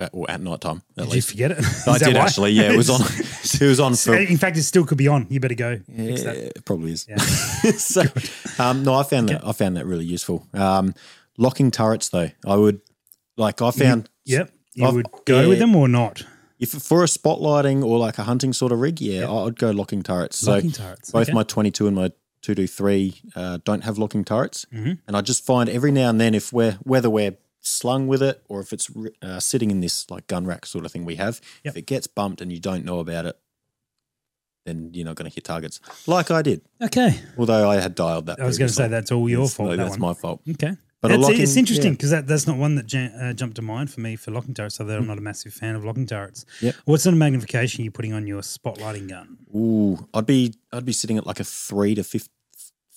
Speaker 2: uh, or at night time.
Speaker 1: Did
Speaker 2: At
Speaker 1: you
Speaker 2: least
Speaker 1: forget it? <laughs> Is
Speaker 2: I
Speaker 1: that
Speaker 2: did
Speaker 1: why?
Speaker 2: actually. Yeah, it was
Speaker 1: <laughs>
Speaker 2: on. <laughs> it was on for
Speaker 1: In fact, it still could be on. You better go fix
Speaker 2: yeah,
Speaker 1: that.
Speaker 2: it probably is.
Speaker 1: Yeah.
Speaker 2: <laughs> so, um, no, I found that I found that really useful. Um, locking turrets, though, I would like. I found
Speaker 1: Yep. You
Speaker 2: I've-
Speaker 1: would go
Speaker 2: yeah.
Speaker 1: with them or not?
Speaker 2: if for a spotlighting or like a hunting sort of rig, yeah, I'd go locking turrets. So
Speaker 1: Locking turrets,
Speaker 2: both
Speaker 1: okay.
Speaker 2: my 22 and my 223 uh, don't have locking turrets,
Speaker 1: Mm-hmm.
Speaker 2: and I just find every now and then if we're whether we're slung with it or if it's ri- uh, sitting in this like gun rack sort of thing we have,
Speaker 1: Yep.
Speaker 2: if it gets bumped and you don't know about it, then you're not going to hit targets like I did.
Speaker 1: Okay.
Speaker 2: Although I had dialed that.
Speaker 1: I was going to
Speaker 2: previously.
Speaker 1: say that's all your
Speaker 2: It's-
Speaker 1: fault.
Speaker 2: no,
Speaker 1: that
Speaker 2: that's
Speaker 1: one.
Speaker 2: my fault.
Speaker 1: Okay.
Speaker 2: But a
Speaker 1: that's,
Speaker 2: locking-
Speaker 1: it's interesting
Speaker 2: yeah.
Speaker 1: because that, that's not one that jam, uh, jumped to mind for me for locking turrets, although I'm not a massive fan of locking turrets.
Speaker 2: Yep.
Speaker 1: What sort of magnification are you putting on your spotlighting gun?
Speaker 2: Ooh, I'd be I'd be sitting at like a three to fif-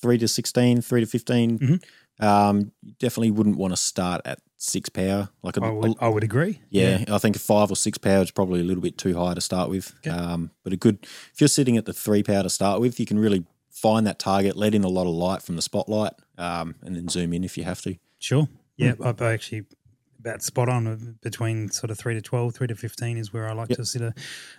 Speaker 2: three to 16, 3 to 15
Speaker 1: Mm-hmm.
Speaker 2: Um, definitely wouldn't want to start at six power. Like a,
Speaker 1: I would, I would agree.
Speaker 2: yeah, I think a five or six power is probably a little bit too high to start with. Um, but a good if you're sitting at the three power to start with, you can really find that target, let in a lot of light from the spotlight, um, and then zoom in if you have to.
Speaker 1: Sure.
Speaker 2: Hmm.
Speaker 1: Yeah. I, I actually about spot on uh, between sort of three to 12, 3 to 15 is where I like to sit a,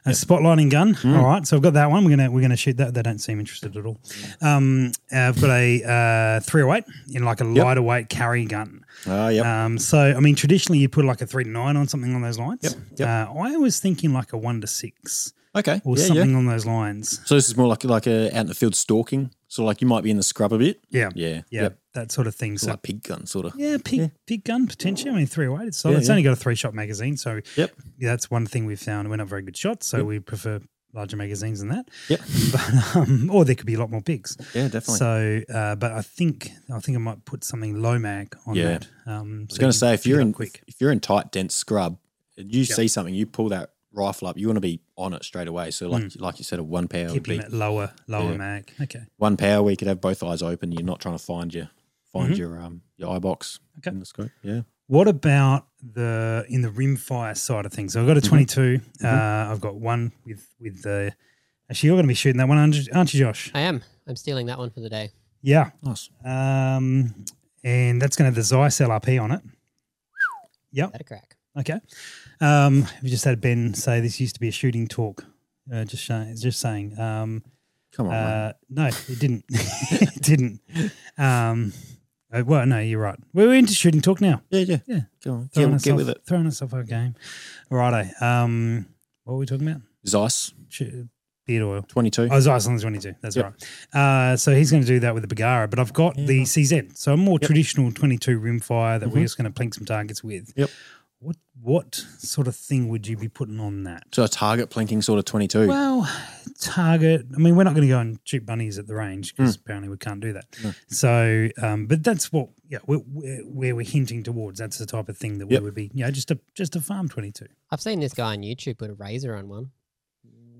Speaker 1: a spotlighting gun.
Speaker 2: Hmm.
Speaker 1: All right. So I've got that one. We're going to, we're going to shoot that. They don't seem interested at all.
Speaker 2: Hmm.
Speaker 1: Um, I've got a uh, 308 in like a lighter weight carry gun.
Speaker 2: Ah, yep.
Speaker 1: Um, so, I mean, traditionally you put like a three to nine on something on those lines. Yep,
Speaker 2: yep.
Speaker 1: Uh, I was thinking like a one to six
Speaker 2: Uh, okay.
Speaker 1: or
Speaker 2: yeah, yeah.
Speaker 1: something on those lines.
Speaker 2: So this is more like like a out in the field stalking. So like you might be in the scrub a bit.
Speaker 1: Yeah.
Speaker 2: Yeah.
Speaker 1: Yeah.
Speaker 2: Yep.
Speaker 1: That sort of thing.
Speaker 2: It's
Speaker 1: So,
Speaker 2: like pig gun sort of.
Speaker 1: yeah, big, big gun potentially. I mean, three weight. It's solid.
Speaker 2: Yeah,
Speaker 1: it's
Speaker 2: yeah.
Speaker 1: only got a three shot magazine. So,
Speaker 2: Yep.
Speaker 1: yeah, that's one thing we've found. We're not very good shots. So, we prefer larger magazines than that.
Speaker 2: Yep.
Speaker 1: <laughs> But, um, or there could be a lot more pigs.
Speaker 2: Yeah, definitely.
Speaker 1: So, uh, but I think I think I might put something low mag on
Speaker 2: Yeah.
Speaker 1: that. Um,
Speaker 2: I was going to say if you're in
Speaker 1: quick,
Speaker 2: if you're in tight dense scrub, and you see something, you pull that rifle up, you want to be on it straight away. So like
Speaker 1: Mm.
Speaker 2: like you said, a one power would
Speaker 1: keep him
Speaker 2: be
Speaker 1: at lower lower
Speaker 2: Yeah.
Speaker 1: mag. Okay.
Speaker 2: one power where you could have both eyes open. You're not trying to find your find your um your eye box
Speaker 1: Mm-hmm. Okay.
Speaker 2: in the scope. Yeah,
Speaker 1: What about the in the rimfire side of things? So I've
Speaker 2: Mhm.
Speaker 1: got a 22. Uh, I've got one with with the. Actually, you're going to be shooting that one, aren't you, aren't you, Josh?
Speaker 4: I am. I'm stealing that one for the day.
Speaker 1: Yeah.
Speaker 2: nice.
Speaker 1: Um, and that's going to have the Zeiss LRP on it. Yep.
Speaker 4: That a crack.
Speaker 1: Okay. Um, we just had Ben say this used to be a shooting talk. Uh, just saying. Just saying. Um,
Speaker 2: Come on, mate.
Speaker 1: uh, no, it didn't. <laughs> it didn't. Um, uh, well, no, you're right. We're into shooting talk now.
Speaker 2: yeah, yeah,
Speaker 1: yeah.
Speaker 2: Go on,
Speaker 1: Throwing
Speaker 2: get,
Speaker 1: us
Speaker 2: get
Speaker 1: off-
Speaker 2: with it.
Speaker 1: Throwing us off our game. Righto. Um, what were we talking about?
Speaker 2: Zeiss
Speaker 1: Sh- Beard oil.
Speaker 2: twenty two.
Speaker 1: Oh, it's ice on the 22. That's
Speaker 2: Yep.
Speaker 1: right. Uh, so he's going to do that with the Bagara, but I've got the CZ. So a more traditional 22 rimfire that we're just going to plink some targets with.
Speaker 2: Mm-hmm. Yep.
Speaker 1: What what sort of thing would you be putting on that?
Speaker 2: So a target plinking sort of twenty two.
Speaker 1: Well, target. I mean, we're not going to go and shoot bunnies at the range because
Speaker 2: Mm.
Speaker 1: apparently we can't do that. So, um, but that's what, yeah, we're, we're, where we're hinting towards. That's the type of thing that
Speaker 2: Yep.
Speaker 1: we would be, you know, just a just a farm twenty two.
Speaker 4: I've seen this guy on YouTube put a razor on one.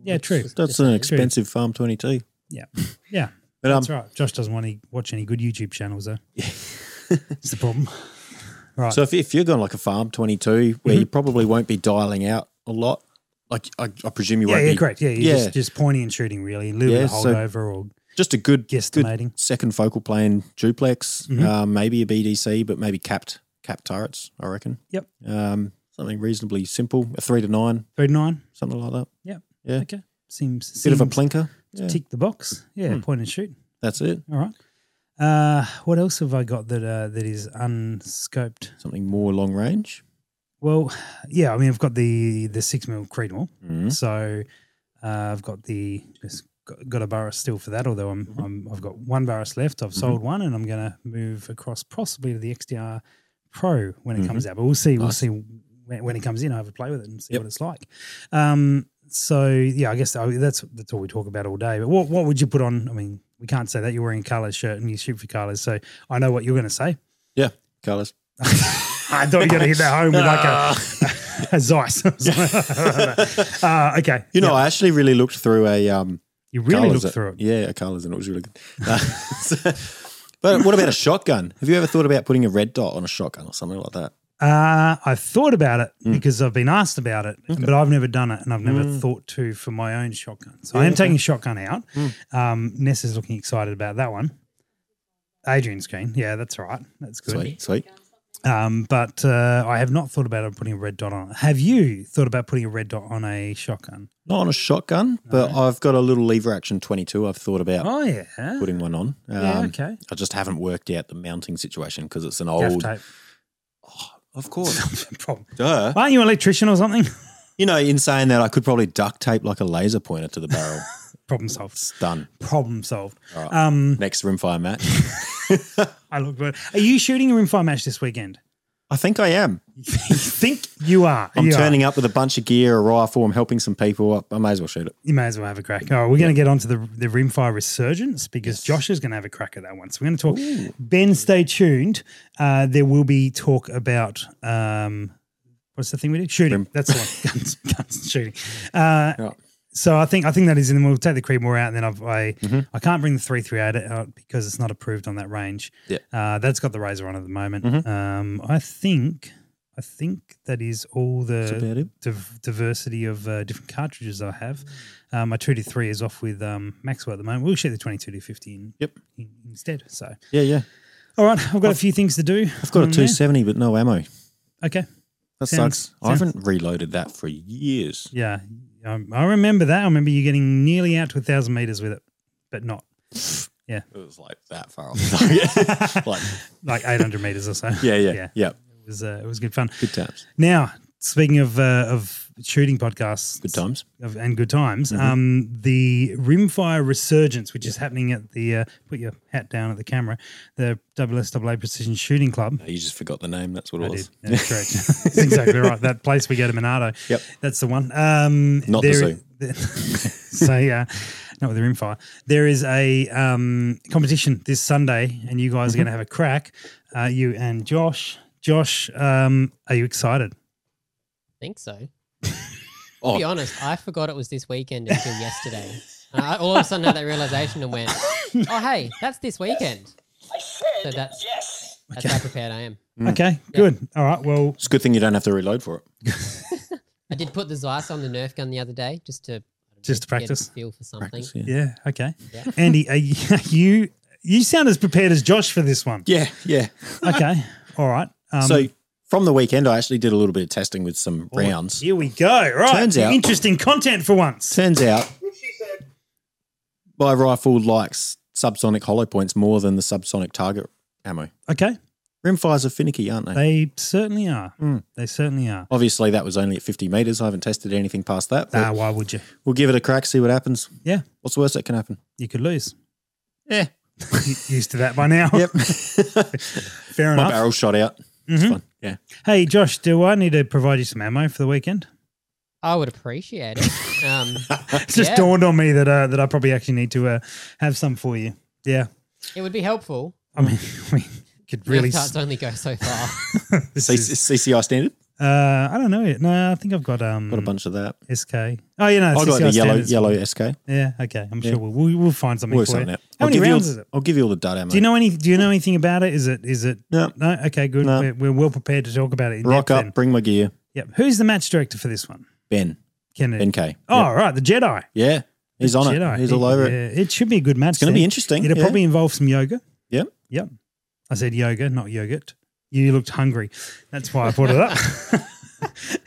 Speaker 1: Yeah, true.
Speaker 2: That's an expensive farm twenty two.
Speaker 1: Yeah, <laughs> yeah.
Speaker 2: But um,
Speaker 1: That's right. Josh doesn't want to watch any good YouTube channels, though.
Speaker 2: <laughs>
Speaker 1: It's the problem. <laughs> Right. Mm-hmm.
Speaker 2: So if, if you're going like a farm 22, where you probably won't be dialing out a lot, like I, I presume you
Speaker 1: yeah,
Speaker 2: won't
Speaker 1: yeah,
Speaker 2: be.
Speaker 1: correct. Yeah, you're
Speaker 2: Yeah.
Speaker 1: Just, just pointing and shooting, really. A little
Speaker 2: Yeah,
Speaker 1: bit of
Speaker 2: so-
Speaker 1: holdover or
Speaker 2: Just a good,
Speaker 1: Guesstimating.
Speaker 2: good second focal plane duplex,
Speaker 1: Mm-hmm.
Speaker 2: um, maybe a BDC, but maybe capped capped turrets, I reckon.
Speaker 1: Yep.
Speaker 2: Um, something reasonably simple, a three to nine,
Speaker 1: 39.
Speaker 2: something like that.
Speaker 1: Yep.
Speaker 2: Yeah.
Speaker 1: Okay. Seems, seems
Speaker 2: Bit of a Hmm. plinker. Yeah,
Speaker 1: Tick the box. Yeah, point and shoot.
Speaker 2: that's it.
Speaker 1: All right. Uh, what else have I got that uh, that is unscoped?
Speaker 2: Something more long range.
Speaker 1: Well, yeah, I mean, I've got the the six mil Creedmoor,
Speaker 2: Hmm?
Speaker 1: so uh, I've got the just got- got a Burris still for that. Although I'm,
Speaker 2: Mm-hmm.
Speaker 1: I'm I've got one Burris left. I've sold one, and I'm going to move across possibly to the XDR Pro when it
Speaker 2: Mm-hmm.
Speaker 1: comes out. But we'll see. We'll see when, when it comes in. I have a play with it and see what it's like. Um, so yeah, I guess I- that's that's all we talk about all day. But what what would you put on? I mean, we can't say that you're wearing a colours shirt and you shoot for colours. So I know what you're going to say.
Speaker 2: Yeah, colors.
Speaker 1: I thought you were going to hit that home with like
Speaker 2: <laughs>
Speaker 1: a, a Zeiss. <laughs> uh, okay.
Speaker 2: You know, I actually really looked through a um,
Speaker 1: You really
Speaker 2: colours
Speaker 1: look
Speaker 2: that-
Speaker 1: through it.
Speaker 2: Yeah, a colors, and it was really good. Uh, <laughs> so- but what about a shotgun? Have you ever thought about putting a red dot on a shotgun or something like that?
Speaker 1: Uh, I thought about it because I've been asked about it, but I've never done it and I've never thought to for my own shotgun. So I am taking shotgun out. Um, Ness is looking excited about that one. Adrian's keen. Yeah, that's right. That's good.
Speaker 2: Sweet, sweet.
Speaker 1: Um, but uh, I have not thought about putting a red dot on. it. Have you thought about putting a red dot on a shotgun?
Speaker 2: Not on a shotgun, but I've got a little lever action 22 I've thought about
Speaker 1: Oh, yeah.
Speaker 2: putting one on. Um,
Speaker 1: Yeah, okay.
Speaker 2: I just haven't worked out the mounting situation because it's an
Speaker 1: Gaff
Speaker 2: old.
Speaker 1: tape. <laughs>
Speaker 2: Of course.
Speaker 1: Problem.
Speaker 2: <laughs> Duh.
Speaker 1: Aren't you an electrician or something? <laughs>
Speaker 2: You know, in saying that, I could probably duct tape like a laser pointer to
Speaker 1: <laughs>
Speaker 2: the barrel.
Speaker 1: Problem solved.
Speaker 2: Done.
Speaker 1: Problem solved.
Speaker 2: All right.
Speaker 1: Um,
Speaker 2: Next rimfire match.
Speaker 1: I look good. Are you shooting a rimfire match this weekend?
Speaker 2: I think
Speaker 1: <laughs>
Speaker 2: I am.
Speaker 1: you think you are.
Speaker 2: I'm
Speaker 1: You are.
Speaker 2: turning up with a bunch of gear, a rifle. I'm helping some people. up. I may as well shoot it.
Speaker 1: You may as well have a crack. All right, we're going to get onto the the rimfire resurgence because Josh is going to have a crack at that one. So we're going to talk. Ben, stay tuned. Uh, there will be talk about um, what's the thing we do? Shooting.
Speaker 2: Rim-
Speaker 1: That's the
Speaker 2: <laughs>
Speaker 1: one. guns, guns, and shooting. Uh,
Speaker 2: Yeah.
Speaker 1: So I think I think that is in. And we'll take the Creedmoor out, and then I've, I
Speaker 2: Mm-hmm.
Speaker 1: I can't bring the three three eight out because it's not approved on that range.
Speaker 2: Yeah. Mm-hmm.
Speaker 1: uh, that's got the razor on at the moment. Um, I think I think that is all the
Speaker 2: That's about it.
Speaker 1: div- diversity of uh, different cartridges I have. Um, my 2 to 3 is off with um, Maxwell at the moment. We'll shoot the 22 to 50 in,
Speaker 2: Yep.
Speaker 1: in, instead. So,
Speaker 2: Yeah, yeah.
Speaker 1: all right, I've got a few things to do.
Speaker 2: I've got a
Speaker 1: on there.
Speaker 2: 270, but no ammo.
Speaker 1: Okay.
Speaker 2: That
Speaker 1: Sounds-
Speaker 2: sucks. I haven't reloaded that for years.
Speaker 1: Yeah. Um, I remember that. I remember you getting nearly out to 1,000 meters with it, but
Speaker 2: <laughs>
Speaker 1: not
Speaker 2: It was like that
Speaker 1: <laughs>
Speaker 2: far <laughs> off. like,
Speaker 1: like 800 meters or so.
Speaker 2: yeah, yeah,
Speaker 1: Yeah.
Speaker 2: yeah,
Speaker 1: It was, uh, it was good fun.
Speaker 2: Good times.
Speaker 1: Now, speaking of, uh, of shooting podcasts,
Speaker 2: Good times.
Speaker 1: of, and good times. Um, the rimfire resurgence, which is happening at the uh, put your hat down at the camera, the WSAA Precision Shooting Club.
Speaker 2: You just forgot the name. That's what it
Speaker 1: I did.
Speaker 2: was.
Speaker 1: That's correct. <laughs> That's exactly right. That place we go to Monado.
Speaker 2: Yep.
Speaker 1: That's the one. Um,
Speaker 2: Not the zoo.
Speaker 1: <laughs> so yeah, not with the rimfire. There is a um, competition this Sunday, and you guys are going to have a crack. Uh, you and Josh. Josh, um, are you excited?
Speaker 4: think so.
Speaker 2: <laughs> Oh.
Speaker 4: To be honest, I forgot it was this weekend until yesterday. And I all of a sudden had that realization
Speaker 2: <laughs>
Speaker 4: and went, "Oh, hey, that's this weekend."
Speaker 5: I
Speaker 4: So
Speaker 5: said
Speaker 4: that's-
Speaker 5: yes.
Speaker 4: That's how prepared I am.
Speaker 2: Mm.
Speaker 1: Okay, good. All right. Well,
Speaker 2: It's a good thing you don't have to reload for it.
Speaker 4: I did put the Zeiss on the Nerf gun the other day just to
Speaker 1: Just to
Speaker 4: get a
Speaker 1: practice.
Speaker 4: feel for something.
Speaker 2: Practice, yeah.
Speaker 1: Yeah. Okay.
Speaker 4: Yeah.
Speaker 1: <laughs> Andy, are you, are you you sound as prepared as Josh for this
Speaker 2: <laughs>
Speaker 1: one.
Speaker 2: yeah, yeah.
Speaker 1: Okay. All right. Um, Oh,
Speaker 2: so from the weekend, I actually did a little bit of testing with some rounds.
Speaker 1: here we go. Right.
Speaker 2: Turns out-
Speaker 1: interesting content for once.
Speaker 2: Turns
Speaker 5: <laughs>
Speaker 2: out
Speaker 5: Which she said
Speaker 2: my rifle likes subsonic hollow points more than the subsonic target ammo.
Speaker 1: Okay.
Speaker 2: Rimfires are finicky, aren't they?
Speaker 1: They certainly are.
Speaker 2: Hmm.
Speaker 1: They certainly are.
Speaker 2: Obviously, that was only at 50 meters. I haven't tested anything past that. but
Speaker 1: Ah, why would you?
Speaker 2: We'll give it a crack, see what happens.
Speaker 1: Yeah.
Speaker 2: What's the worst that can happen?
Speaker 1: You could lose.
Speaker 2: Yeah.
Speaker 1: Used to that by now. <laughs>
Speaker 2: <laughs> Yep.
Speaker 1: Fair
Speaker 2: my
Speaker 1: enough.
Speaker 2: barrel shot out. It's
Speaker 1: Mm-hmm.
Speaker 2: fun. Yeah.
Speaker 1: Hey, Josh, do I need to provide you some ammo for the weekend? <laughs>
Speaker 4: I would appreciate
Speaker 2: <laughs>
Speaker 4: it. Um,
Speaker 1: It's just
Speaker 4: Yeah.
Speaker 1: dawned on me that uh, that I probably actually need to uh, have some for you. Yeah.
Speaker 4: it would be helpful.
Speaker 2: Hmm.
Speaker 1: I mean, <laughs> we could really.
Speaker 4: Nerf darts
Speaker 1: s-
Speaker 4: only go so far.
Speaker 2: <laughs>
Speaker 1: <laughs> this
Speaker 2: C-
Speaker 1: is-
Speaker 2: CCI standard.
Speaker 1: Uh, I don't know. it. No, I think I've got um
Speaker 2: Got a bunch of that.
Speaker 1: SK. Oh, you know,
Speaker 2: I
Speaker 1: CCI
Speaker 2: got the yellow
Speaker 1: standards.
Speaker 2: yellow SK.
Speaker 1: Yeah, okay. I'm sure we'll, we'll we'll find something
Speaker 2: We'll
Speaker 1: for you.
Speaker 2: sign that.
Speaker 1: How many
Speaker 2: give you
Speaker 1: rounds
Speaker 2: all,
Speaker 1: is it?
Speaker 2: I'll give you all the dud ammo.
Speaker 1: Do you know any? Do you know anything about it? Is it? Is it?
Speaker 2: No.
Speaker 1: No. Okay. Good.
Speaker 2: No.
Speaker 1: We're, we're well prepared to talk about it. In
Speaker 2: Rock
Speaker 1: depth
Speaker 2: up,
Speaker 1: then.
Speaker 2: bring my gear.
Speaker 1: Yep. Who's the match director for this one?
Speaker 2: Ben.
Speaker 1: Kennedy.
Speaker 2: Ben K.
Speaker 1: Oh, right. The Jedi.
Speaker 2: Yeah. He's on
Speaker 1: Jedi.
Speaker 2: it. He's all over it.
Speaker 1: Yeah, it should be a good match.
Speaker 2: It's going to be interesting.
Speaker 1: It'll
Speaker 2: yeah.
Speaker 1: probably involve some yoga.
Speaker 2: Yeah.
Speaker 1: Yep. I said yoga, not yogurt. You looked hungry. That's why I brought it up.
Speaker 2: <laughs> <laughs>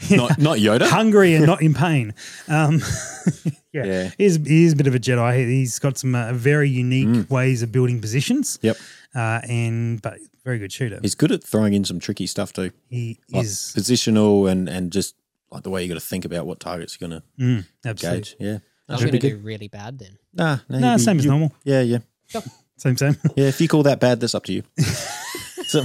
Speaker 2: Not, not Yoda.
Speaker 1: hungry and not in pain. Um, <laughs> yeah,
Speaker 2: Yeah.
Speaker 1: He's, he is a bit of a Jedi. He's got some uh, very unique
Speaker 2: Mm.
Speaker 1: ways of building positions.
Speaker 2: Yep.
Speaker 1: uh, and but very good shooter.
Speaker 2: He's good at throwing in some tricky stuff too.
Speaker 1: he
Speaker 2: Like
Speaker 1: is
Speaker 2: positional and and just like the way you got to think about what targets you're going to
Speaker 1: mm, absolutely
Speaker 2: gauge. Yeah.
Speaker 4: I'm
Speaker 2: Should
Speaker 4: going to
Speaker 2: be
Speaker 4: do
Speaker 2: good.
Speaker 4: really bad then.
Speaker 2: Nah,
Speaker 1: no
Speaker 2: you-
Speaker 1: same as
Speaker 2: you-
Speaker 1: normal.
Speaker 2: Yeah, yeah.
Speaker 1: Same same. <laughs>
Speaker 2: Yeah, if you call that bad, that's up to you. So-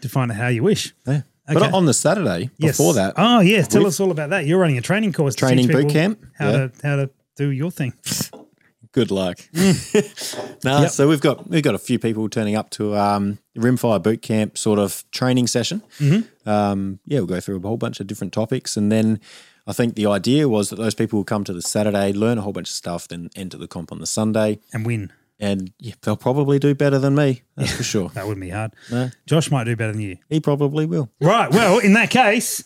Speaker 1: Define it how you wish.
Speaker 2: yeah.
Speaker 1: Okay.
Speaker 2: But on the Saturday
Speaker 1: Yes.
Speaker 2: before that,
Speaker 1: oh yes, tell
Speaker 2: we've-
Speaker 1: us all about that. You're running a training course, to teach
Speaker 2: Training boot
Speaker 1: people
Speaker 2: camp,
Speaker 1: How
Speaker 2: yeah.
Speaker 1: to how to do your thing.
Speaker 2: good luck. no,
Speaker 1: Yep.
Speaker 2: so we've got we've got a few people turning up to um, Rimfire Boot Camp sort of training session. Um, yeah, we'll go through a whole bunch of different topics, and then I think the idea was that those people will come to the Saturday, learn a whole bunch of stuff, then enter the comp on the Sunday
Speaker 1: and win.
Speaker 2: and yeah, they'll probably do better than me. That's for sure.
Speaker 1: That wouldn't be hard.
Speaker 2: No.
Speaker 1: Josh might do better than you.
Speaker 2: He probably will.
Speaker 1: Right. Well, in that case,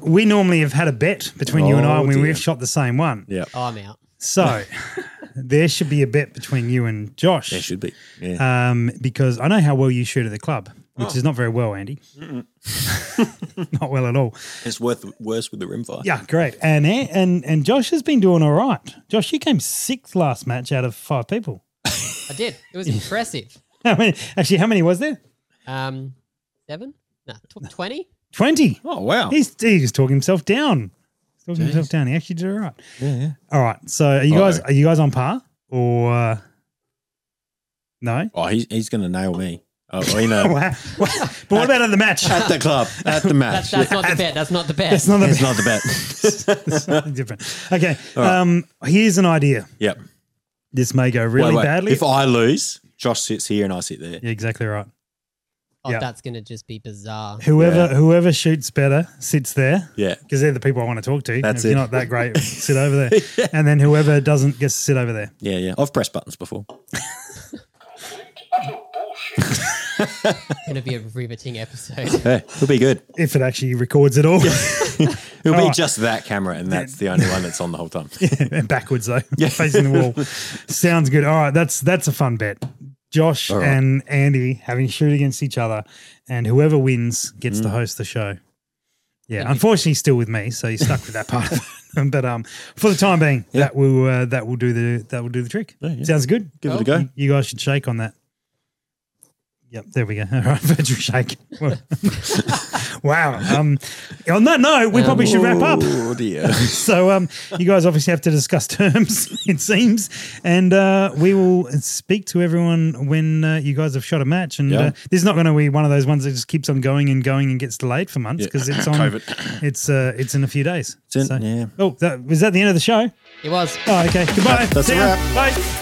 Speaker 1: we normally have had a bet between you and I
Speaker 2: Oh,
Speaker 1: when
Speaker 2: dear.
Speaker 1: we've shot the same one.
Speaker 2: Yeah,
Speaker 4: Oh, I'm out.
Speaker 1: So <laughs> there should be a bet between you and Josh.
Speaker 2: there should be. Yeah.
Speaker 1: Um, because I know how well you shoot at the club, which is not very well, Andy. <laughs> not well at all.
Speaker 2: It's worth worse with the rimfire.
Speaker 1: Yeah, great. And and and Josh has been doing all right. Josh, you came sixth last match out of five people. <laughs>
Speaker 4: I did. It was impressive.
Speaker 1: I mean, actually, how many was there?
Speaker 4: Um, seven? No, tw- 20?
Speaker 1: Twenty.
Speaker 2: Oh wow.
Speaker 1: He's he just talking himself down. He's talking himself down. He actually did all right.
Speaker 2: yeah, yeah.
Speaker 1: All right. So are you guys
Speaker 2: Uh-oh.
Speaker 1: are you guys on par or uh, no? <laughs>
Speaker 2: Oh, he's he's gonna nail me. Oh, well, you know,
Speaker 1: Wow. but what about at the match?
Speaker 2: at the club, at the
Speaker 4: That's,
Speaker 2: match.
Speaker 4: that's not the bet. That's not the bet.
Speaker 1: <laughs> Ah, That's not the
Speaker 2: It's not the bet.
Speaker 1: It's something different. Okay.
Speaker 2: right.
Speaker 1: Um, here's an idea.
Speaker 2: yep.
Speaker 1: This may go really
Speaker 2: Wait, wait.
Speaker 1: badly.
Speaker 2: If I lose, Josh sits here and I sit there.
Speaker 1: yeah, exactly right.
Speaker 4: oh,
Speaker 1: yeah.
Speaker 4: that's going to just be bizarre.
Speaker 1: Whoever
Speaker 2: Yeah.
Speaker 1: whoever shoots better sits there
Speaker 2: Yeah.
Speaker 1: because they're the people I want to talk to.
Speaker 2: That's
Speaker 1: if you're
Speaker 2: it.
Speaker 1: not that
Speaker 2: <laughs>
Speaker 1: great, sit over there. And then whoever doesn't gets to sit over there.
Speaker 2: Yeah, yeah. I've pressed buttons before.
Speaker 4: It's going to be a riveting episode.
Speaker 2: Hey, it'll be good.
Speaker 1: If it actually records it all.
Speaker 2: It'll
Speaker 1: All
Speaker 2: be
Speaker 1: right.
Speaker 2: just that camera, and that's the only one that's on the
Speaker 1: <laughs>
Speaker 2: whole time.
Speaker 1: and backwards though, <laughs> facing the wall. Sounds good. All right, that's that's a fun bet. Josh
Speaker 2: All right.
Speaker 1: and Andy having shoot against each other, and whoever wins gets
Speaker 2: Mm.
Speaker 1: to host the show. Yeah, unfortunately, still with me, so you're stuck with that part. <laughs> of it. but um, for the time being, that will uh, that will do the that will do the trick.
Speaker 2: Yeah, yeah.
Speaker 1: Sounds good.
Speaker 2: Give it a go.
Speaker 1: You, you guys should shake on that. Yep, there we go. <laughs> All right, virtual shake. <laughs> Well- wow. Um, on that note, we probably should wrap up.
Speaker 2: Oh
Speaker 1: <laughs>
Speaker 2: dear.
Speaker 1: So um, you guys obviously have to discuss <laughs> terms, it seems, and uh, we will speak to everyone when uh, you guys have shot a match. And
Speaker 2: Yeah.
Speaker 1: uh, this is not going to be one of those ones that just keeps on going and going and gets delayed for months
Speaker 2: Yeah.
Speaker 1: because
Speaker 2: <laughs>
Speaker 1: it's on. It's uh, it's in a few days.
Speaker 2: It's in- yeah.
Speaker 1: Oh, that, was that the end of the show?
Speaker 4: It was.
Speaker 1: Oh, okay. Goodbye.
Speaker 2: That's a
Speaker 1: See ya.
Speaker 2: wrap.
Speaker 1: Bye.